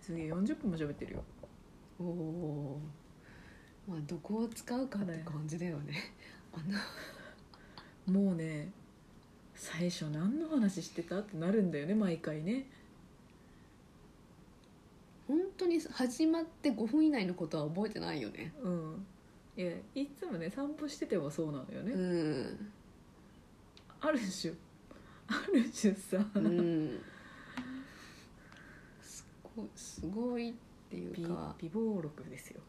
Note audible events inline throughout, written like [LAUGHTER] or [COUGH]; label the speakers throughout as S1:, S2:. S1: すげえ40分も喋ってるよ
S2: おおーまあどこを使うかって感じだよね [LAUGHS] あの
S1: もうね最初何の話してたってなるんだよね毎回ね
S2: 本当に始まって5分以内のことは覚えてないよね
S1: うんいやいつもね散歩しててもそうなのよね、
S2: うん
S1: ある種ある種さ、
S2: うんすごいすごいってい
S1: び
S2: うか
S1: 美貌録ですよ、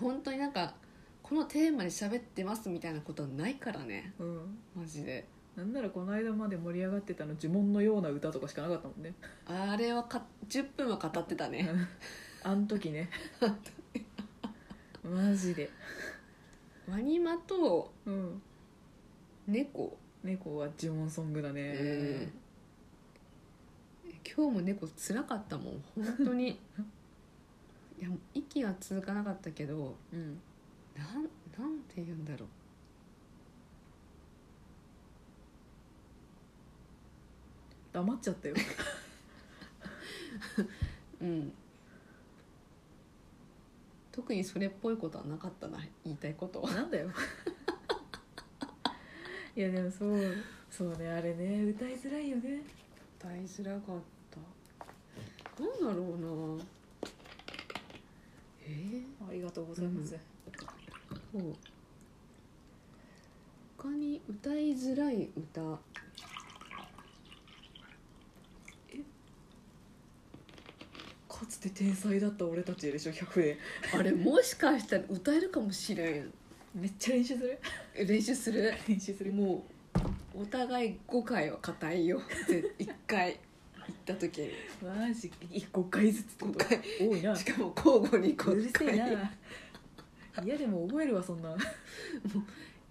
S2: 本当になんかこのテーマで喋ってますみたいなことはないからね
S1: うん、
S2: マジで
S1: なんならこの間まで盛り上がってたの呪文のような歌とかしかなかったもんね
S2: あれはか10分は語ってたね
S1: [LAUGHS] あん時ねマジで
S2: ワニマと
S1: うん
S2: 猫
S1: 猫は呪文ソングだね、
S2: うん今日も猫つらかったもん本当に [LAUGHS] いやもう息は続かなかったけど
S1: うん、
S2: なんなんて言うんだろう
S1: 黙っちゃったよ
S2: うん特にそれっぽいことはなかったな言いたいことは
S1: なんだよ [LAUGHS] いやでもそうそうねあれね歌いづらいよね
S2: 大づらかったなんだろうなえ
S1: ありがとうご
S2: ざいます、ー、そう他に歌いづらい歌
S1: かつて天才だった俺たちでしょ100で
S2: あれもしかしたら歌えるかもしれん
S1: めっちゃ練習する
S2: え練習する
S1: 練習する
S2: もうお互い5回は硬いよ絶1回 [LAUGHS] 行った時に
S1: マジ5回ずつってこ
S2: 5
S1: と
S2: 回
S1: 多いな
S2: しかも交互に
S1: うる
S2: 5
S1: せえ
S2: 回
S1: な嫌でも覚えるわそんな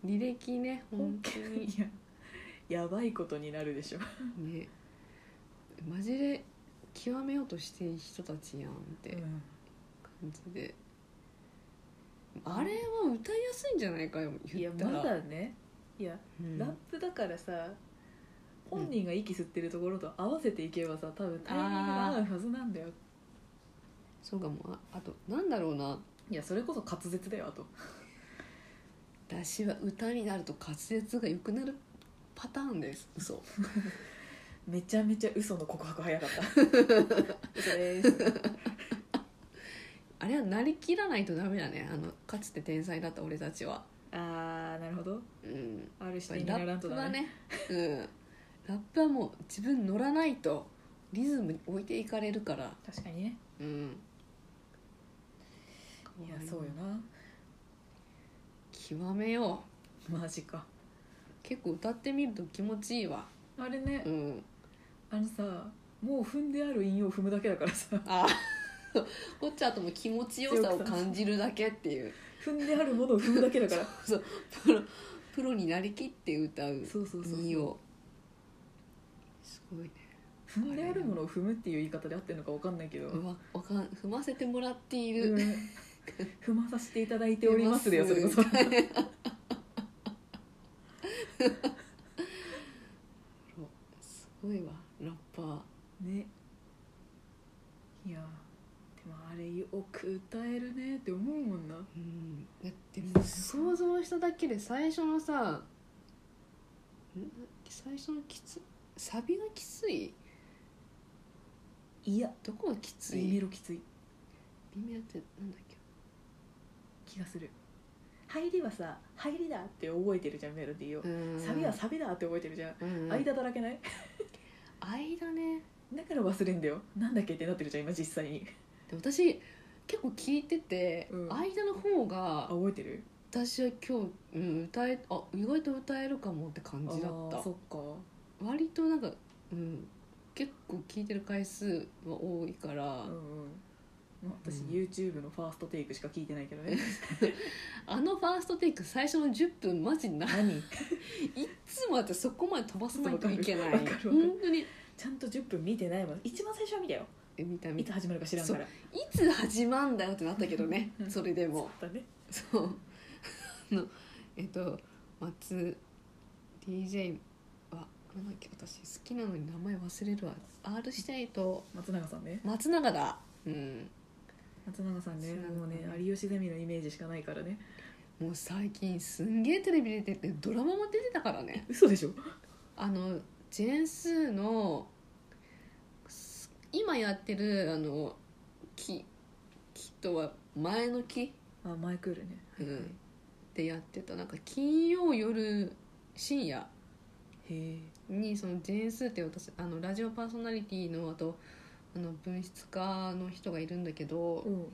S2: 履歴ね本当に
S1: いややばいことになるでしょ
S2: ねマジで極めようとしてる人たちやんって
S1: うん
S2: 感じで、あれは歌いやすいんじゃないかよ
S1: い
S2: 言
S1: や
S2: った
S1: ま
S2: ら
S1: だねいや、
S2: うん
S1: ラップだからさ本人が息吸ってるところと合わせていけばさ多分タイミングが合うはずなんだよ
S2: そうかもああとなんだろうない
S1: やそれこそ滑舌だよあと
S2: 私は歌になると滑舌が良くなるパターンです嘘
S1: めちゃめちゃ嘘の告白早かった嘘です
S2: あれはなりきらないとダメだねあのかつて天才だった俺たちは
S1: [LAUGHS] あーなるほど
S2: うん
S1: ある人に
S2: ラ
S1: なら
S2: ッ
S1: ん
S2: プ
S1: と
S2: は
S1: だね
S2: ねうんラップはもう自分乗らないとリズムに置いていかれるから
S1: 確かにね
S2: うん
S1: いやそうよな
S2: 極めよ
S1: マジか
S2: う結構歌ってみると気持ちいいわ
S1: あれね、
S2: うん
S1: あのさもう踏んである韻を踏むだけだからさ [LAUGHS]
S2: あ [LAUGHS] こっちはあともう気持ちよさを感じるだけっていう [LAUGHS]
S1: 踏んであるものを踏むだけだから
S2: プロプロになりきって歌う
S1: そうそうそう
S2: 身をすごいね
S1: 踏んであるものを踏むっていう言い方で合ってるのか分かんないけど、
S2: うわわかん踏ませてもらってい
S1: うん
S2: る
S1: 踏まさせていただいておりますでよそれこそ
S2: すごいわラッパ
S1: [LAUGHS]
S2: ー
S1: ねいやでもあれよく歌えるねって思うもんな
S2: うんだって
S1: うん
S2: 想像しただけで最初のさん最初のきつサビがきつい
S1: いや
S2: どこがきつ
S1: イメ
S2: い
S1: ロきつい
S2: 微妙ってなんだっけ
S1: 気がする入りはさ入りだって覚えてるじゃんメロディーを、サビはサビだって覚えてるじゃん、
S2: うん
S1: 間だらけない
S2: 間ね
S1: だから忘れんだよなんだっけってなってるじゃん今実際に
S2: で私結構聞いてて、
S1: うん
S2: 間の方
S1: あ
S2: が
S1: 覚えてる
S2: 私は今日、うん、歌えあ意外と歌えるかもって感じだっ
S1: あー
S2: た
S1: そっか
S2: 割となんか、うん、結構聞いてる回数は多いから、
S1: うんうんまあ私、
S2: うん
S1: YouTube のファーストテイクしか聞いてないけどね
S2: あのファーストテイク最初の10分マジな
S1: 何 [LAUGHS]
S2: いつもだってそこまで飛ばさないといけない
S1: わか
S2: 本
S1: るわかる
S2: 当に
S1: ちゃんと10分見てないもん一番最初は見たよ
S2: え見た
S1: い
S2: 見
S1: つ
S2: たい
S1: 始まるか知らんから
S2: つ始まんだよってなったけどね
S1: うん
S2: それでも
S1: だね
S2: そうあのえっと松 DJ はなんだっけ私好きなのに名前忘れるわ R シテイと
S1: 松永さんね
S2: 松永だううん
S1: 松永さんね
S2: そう
S1: もうね有吉ゼミのイメージしかないからね
S2: もう最近すんげえテレビ出ててドラマも出てたからね
S1: 嘘でしょ
S2: あのジェーンスーのす今やってるあの木木とは前の木、
S1: あマイクールね
S2: う
S1: はいはい
S2: ん、でやってたなんか金曜夜深夜
S1: へ
S2: にそのジェーンスーって私あのラジオパーソナリティのあとあの文筆家の人がいるんだけど
S1: えうん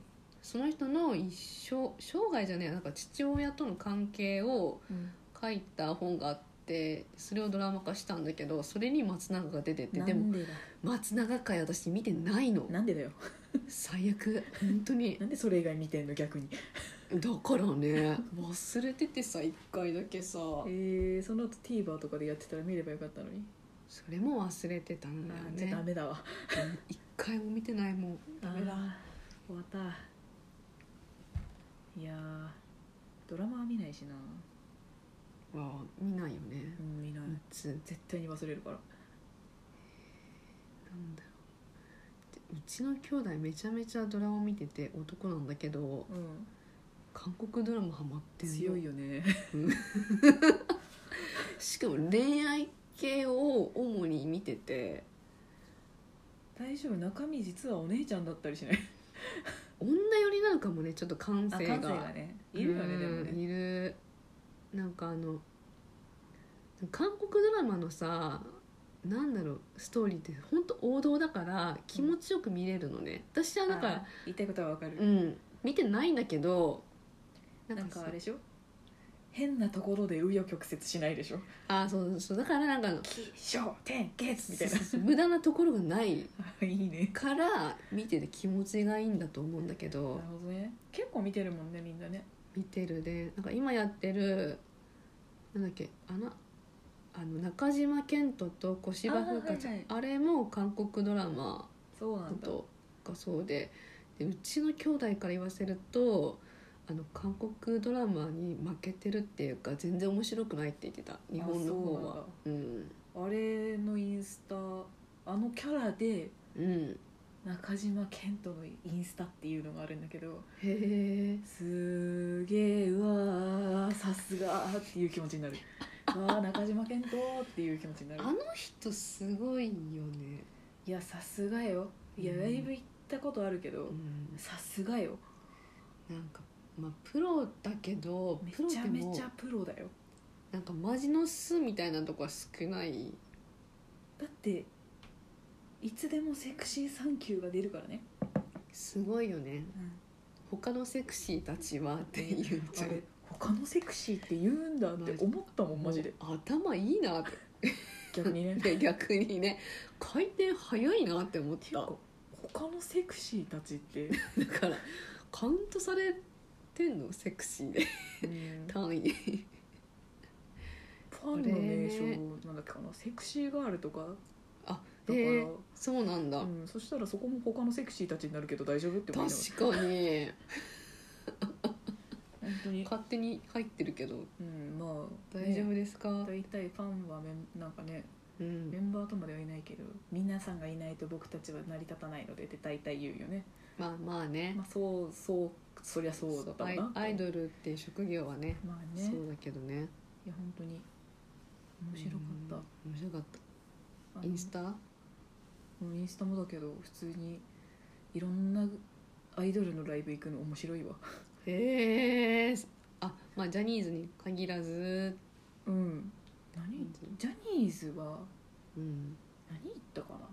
S2: その人の一生生涯じゃねえなんか父親との関係を
S1: うん
S2: 書いた本があってそれをドラマ化したんだけどそれに松永が出てて
S1: な
S2: でも
S1: んでだ
S2: 松永会私見てないの
S1: なんでだよ
S2: 最悪本当に
S1: なんでそれ以外見てんの逆に
S2: だからね忘れててさ一回だけさ
S1: えー、その後 TVer とかでやってたら見ればよかったのに
S2: それも忘れてたんだよ
S1: あーじゃあダ
S2: ね
S1: メだわ
S2: うん一回も見てないもんダメだ
S1: あー終わったいやードラマは見ないしな
S2: わあ見ないよね
S1: うん見ない、
S2: いつなん
S1: 絶対に忘れるから
S2: だろうでうちの兄弟めちゃめちゃドラマ見てて男なんだけど
S1: うん
S2: 韓国ドラマハマってんの
S1: 強いよね
S2: しかも恋愛系を主に見てて
S1: 大丈夫中身実はお姉ちゃんだったりしない
S2: 女寄りなのかもねちょっと感性が
S1: ねいるよね
S2: うん
S1: でもね
S2: いるなんかあの韓国ドラマのさなんだろうストーリーって本当王道だから気持ちよく見れるのね、私はだか
S1: あー
S2: ら
S1: 言いたいことはわかる、
S2: うん見てないんだけど
S1: なんか
S2: さ
S1: あれでしょ変なところで紆余曲折しないでしょ
S2: あーそうそうだからなんかあの
S1: 起承転結みたい
S2: そうそうそう無駄なところがない
S1: な [LAUGHS] いいね
S2: から見てて気持ちがいいんだと思うんだけ
S1: な
S2: ど
S1: [LAUGHS] るほどね結構見てるもんねみんなね
S2: 見てるでなんか今やってるなんだっけあのあの中島健人と小芝風花ちゃんあ,、
S1: あーはい
S2: れも韓国ドラマ
S1: そうな
S2: の
S1: んだ
S2: とがそうででうちの兄弟から言わせるとあの韓国ドラマに負けてるっていうか全然面白くないって言ってた日本の方はうん
S1: あれのインスタあのキャラで
S2: うんへ
S1: 中島健人のインスタっていうのがあるんだけど
S2: え
S1: すーげえうわーさすがーっていう気持ちにな [LAUGHS] るうわー中島健人ーっていう気持ちになる
S2: あの人すごいよね、
S1: いやさすがよいや
S2: うん
S1: ライブ行ったことあるけど
S2: うん、
S1: さすがよ
S2: なんかまあプロだけど
S1: め
S2: プロ
S1: ち
S2: で
S1: ゃ
S2: も
S1: めちゃプロだよ
S2: なんかマジの巣みたいなとこは少ない
S1: だっていつでもセクシーサンキューが出るからね、
S2: すごいよね他のセクシーたちはっていう
S1: あれ他のセクシーって言うんだって思ったもんマジで
S2: もう頭いいなっ
S1: 逆にね
S2: て逆にね回転早いなって思って
S1: いう
S2: た
S1: か [LAUGHS] 他のセクシーたちって、
S2: だからカウントされてんのセクシーで単位
S1: ファンの名称なんだっけかなセクシーガールとか
S2: あ
S1: だから、
S2: へえそうなんだ、
S1: うん、そしたらそこも他のセクシーたちになるけど大丈夫って思いなが
S2: 確
S1: [LAUGHS]
S2: かに
S1: ら本当に、
S2: 勝手に入ってるけど
S1: うん、まあ
S2: 大丈夫
S1: ね
S2: ですか、
S1: 大体ファンはメンなんかね
S2: うん
S1: メンバーとまではいないけど皆さんがいないと僕たちは成り立たないのでって大体言うよね
S2: まあまあね、
S1: まあそうそうそりゃそうだった
S2: ア
S1: な
S2: イアイドルっていう職業はね
S1: まあね
S2: そうだけどね
S1: いや本当に面白かっ
S2: うん面白かった
S1: た、
S2: インスタ
S1: うんインスタもだけど普通にいろんなアイドルのライブ行くの面白いわ
S2: へえあまあジャニーズに限らず
S1: うん何ジャニーズは
S2: うん
S1: 何言ったかな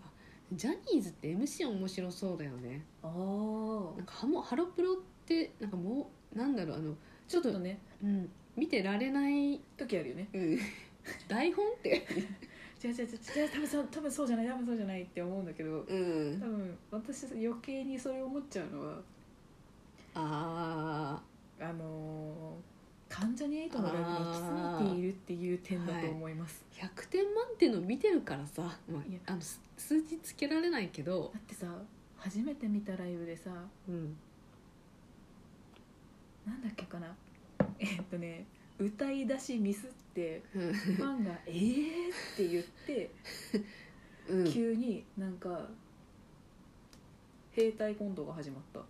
S2: ジャニーズって MC 面白そうだよね
S1: あ
S2: なん
S1: ー
S2: かハモハロプロってなんかもうなんだろうあの
S1: ちょっとね
S2: うん見てられない、
S1: 時あるよね
S2: うん、台本って
S1: 違う違う違う違う多分そう多分そうじゃない多分そうじゃないって思うんだけど
S2: [LAUGHS] うん
S1: 多分私余計にそれ思っちゃうのは
S2: あ
S1: あのー、関ジャニエイトのライブに行き過ぎているっていう点だと思います、
S2: ー100点満点の見てるからさ、ま
S1: いや
S2: あ、あのす数字つけられないけど、
S1: だってさ初めて見たライブでさ
S2: うん、
S1: なんだっけかな [LAUGHS] えっとね歌い出しミスって
S2: [LAUGHS] うん
S1: ファンが「えー!」って言って
S2: うん
S1: 急になんか「兵隊コントが始まった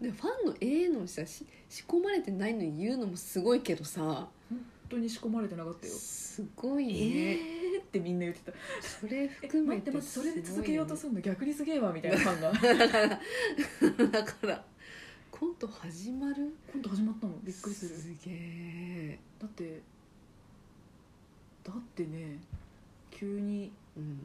S2: でファンのええのさし仕込まれてないのに言うのもすごいけどさ
S1: 本当に仕込まれてなかったよ
S2: すごい
S1: え
S2: ね、
S1: ーってみんな言ってた
S2: それ
S1: え
S2: 含
S1: 待
S2: め
S1: って
S2: て
S1: 待ってそれです
S2: ご
S1: 続
S2: い
S1: けようとするの逆にすげえわみたいなファンが
S2: だから [LAUGHS] だからコント始まる
S1: コント始まったのびっくりする
S2: すげえ、
S1: だってだってね急に
S2: うん、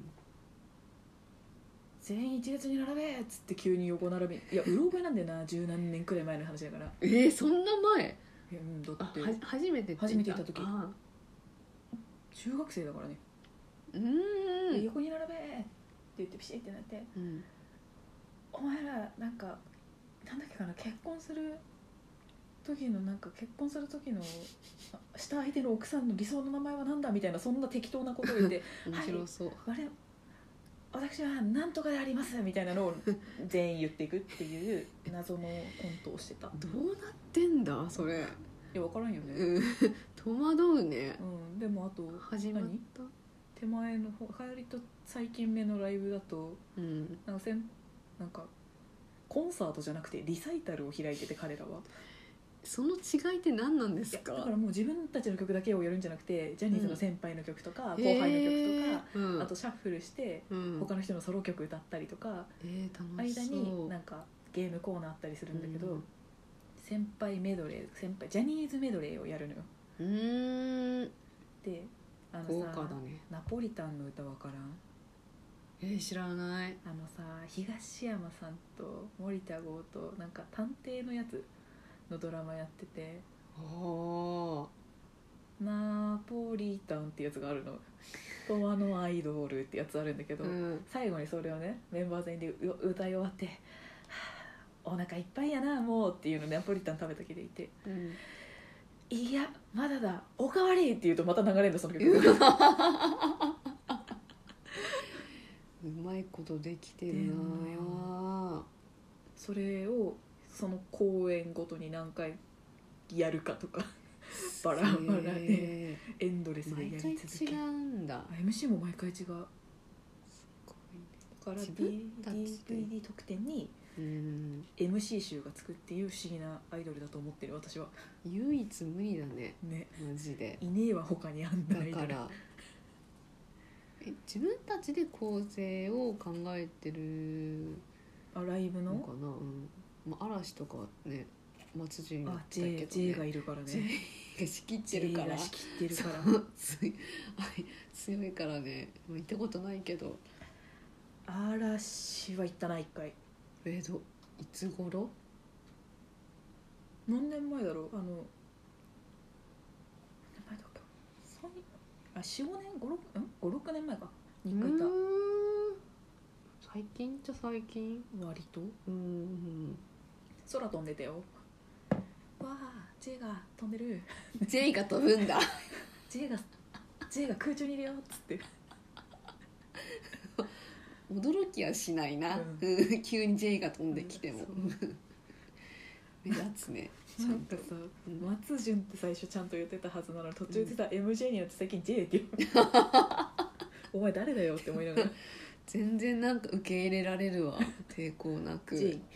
S1: 「全員一列に並べ!」っつって急に横並びいやうろ覚えなんだよな十何年くらい前の話だから
S2: えー、そんな前
S1: いやうんだ
S2: あ
S1: って
S2: はじ初めてって言
S1: 初めて行った時
S2: あ
S1: 中学生だからね
S2: ーうーん、
S1: 横に並べ!」って言ってピシッてなって
S2: うん、
S1: 「お前らなんかなんだっけかな結婚する時のなんか結婚する時のあした相手の奥さんの理想の名前はなんだ?」みたいなそんな適当なこと言って
S2: 面白そう、
S1: 我々私はなんとかでありますみたいなのを全員言っていくっていう謎のコントをしてたい
S2: どうなってんだそ
S1: [LAUGHS]
S2: れ、
S1: や分からんよね、
S2: うん、戸惑うね
S1: うん、でもあと
S2: 始まった
S1: 手前の方流行りと最近目のライブだと
S2: うん
S1: なんかせんなんかコンサートじゃなくてリサイタルを開いてて彼らは
S2: その違いって何なんで
S1: い
S2: す
S1: や
S2: か
S1: だからもう自分たちの曲だけをやるんじゃなくてジャニーズの先輩の曲とか、後輩の曲とか、
S2: えーうん、
S1: あとシャッフルして
S2: うん、
S1: 他の人のソロ曲歌ったりとか、
S2: えー、楽しそ
S1: 間
S2: う
S1: になんかゲームコーナーあったりするんだけど、
S2: うん
S1: 先輩メドレー先輩ジャニーズメドレーをやるのよ
S2: うーん
S1: であの
S2: 豪
S1: さ
S2: 華だね
S1: ナポリタンの歌わからん
S2: えー、知らない
S1: あのさ東山さんと森田剛となんか探偵のやつのドラマやってて
S2: あ
S1: 「ナポリタン」ってやつがある
S2: [LAUGHS]
S1: の「永遠のアイドル」ってやつあるんだけ
S2: あ
S1: ど、
S2: うん
S1: 最後にそれをねメンバー全員でう歌い終わってはあ「お腹いっぱいやなもう」っていうのナポリタン食べた気でいて
S2: うん
S1: いやまだだおかわりって言うとまた流れるのその曲
S2: うまいことできてるなあ
S1: それをその公演ごとに何回やるかとかバラバラで
S2: へ
S1: エンドレ
S2: え
S1: ス
S2: 毎
S1: でや
S2: 回
S1: り続け
S2: 違うんだ
S1: あ MC も毎回違うだか
S2: す
S1: ら
S2: ごいね自
S1: D-
S2: 分たちで
S1: DVD 特典に
S2: うん
S1: MC 集がつくっていう不思議なアイドルだと思ってる私は
S2: 唯一無二だね
S1: ね
S2: マジで
S1: いねえわ他にあん
S2: だ
S1: なアイド
S2: か
S1: ル
S2: らえ自分たちで構成を考えてる
S1: あライブ
S2: の
S1: の
S2: かな、うんまあ、嵐とかね松潤だっ
S1: あ
S2: たけど、ね、
S1: J, J がいるからね
S2: [LAUGHS] J が仕切ってるから
S1: J が仕切ってるから
S2: そう強いはい強いからねもう行ったことないけど
S1: 嵐は行ったな一回
S2: えどいつ頃
S1: 何年前だろうあの何年前だっけ三あ四五年五六うん五六年前かに一回いう
S2: ーん
S1: た
S2: 最近じゃ最近
S1: 割と
S2: うーん
S1: 空飛んでたよわあ J が飛んでる
S2: J が飛ぶんだ
S1: J が J が空中にいるよっつって
S2: 驚きはしないな、
S1: うん
S2: うん、急に J が飛んできても、
S1: うんそ
S2: [LAUGHS] 目立つね
S1: なんかさ
S2: うん
S1: 松潤って最初ちゃんと言ってたはずなのに途中でさ、MJ になって最近 J って言うお前誰だよって思いながら
S2: 全然なんか受け入れられるわ抵抗なく
S1: J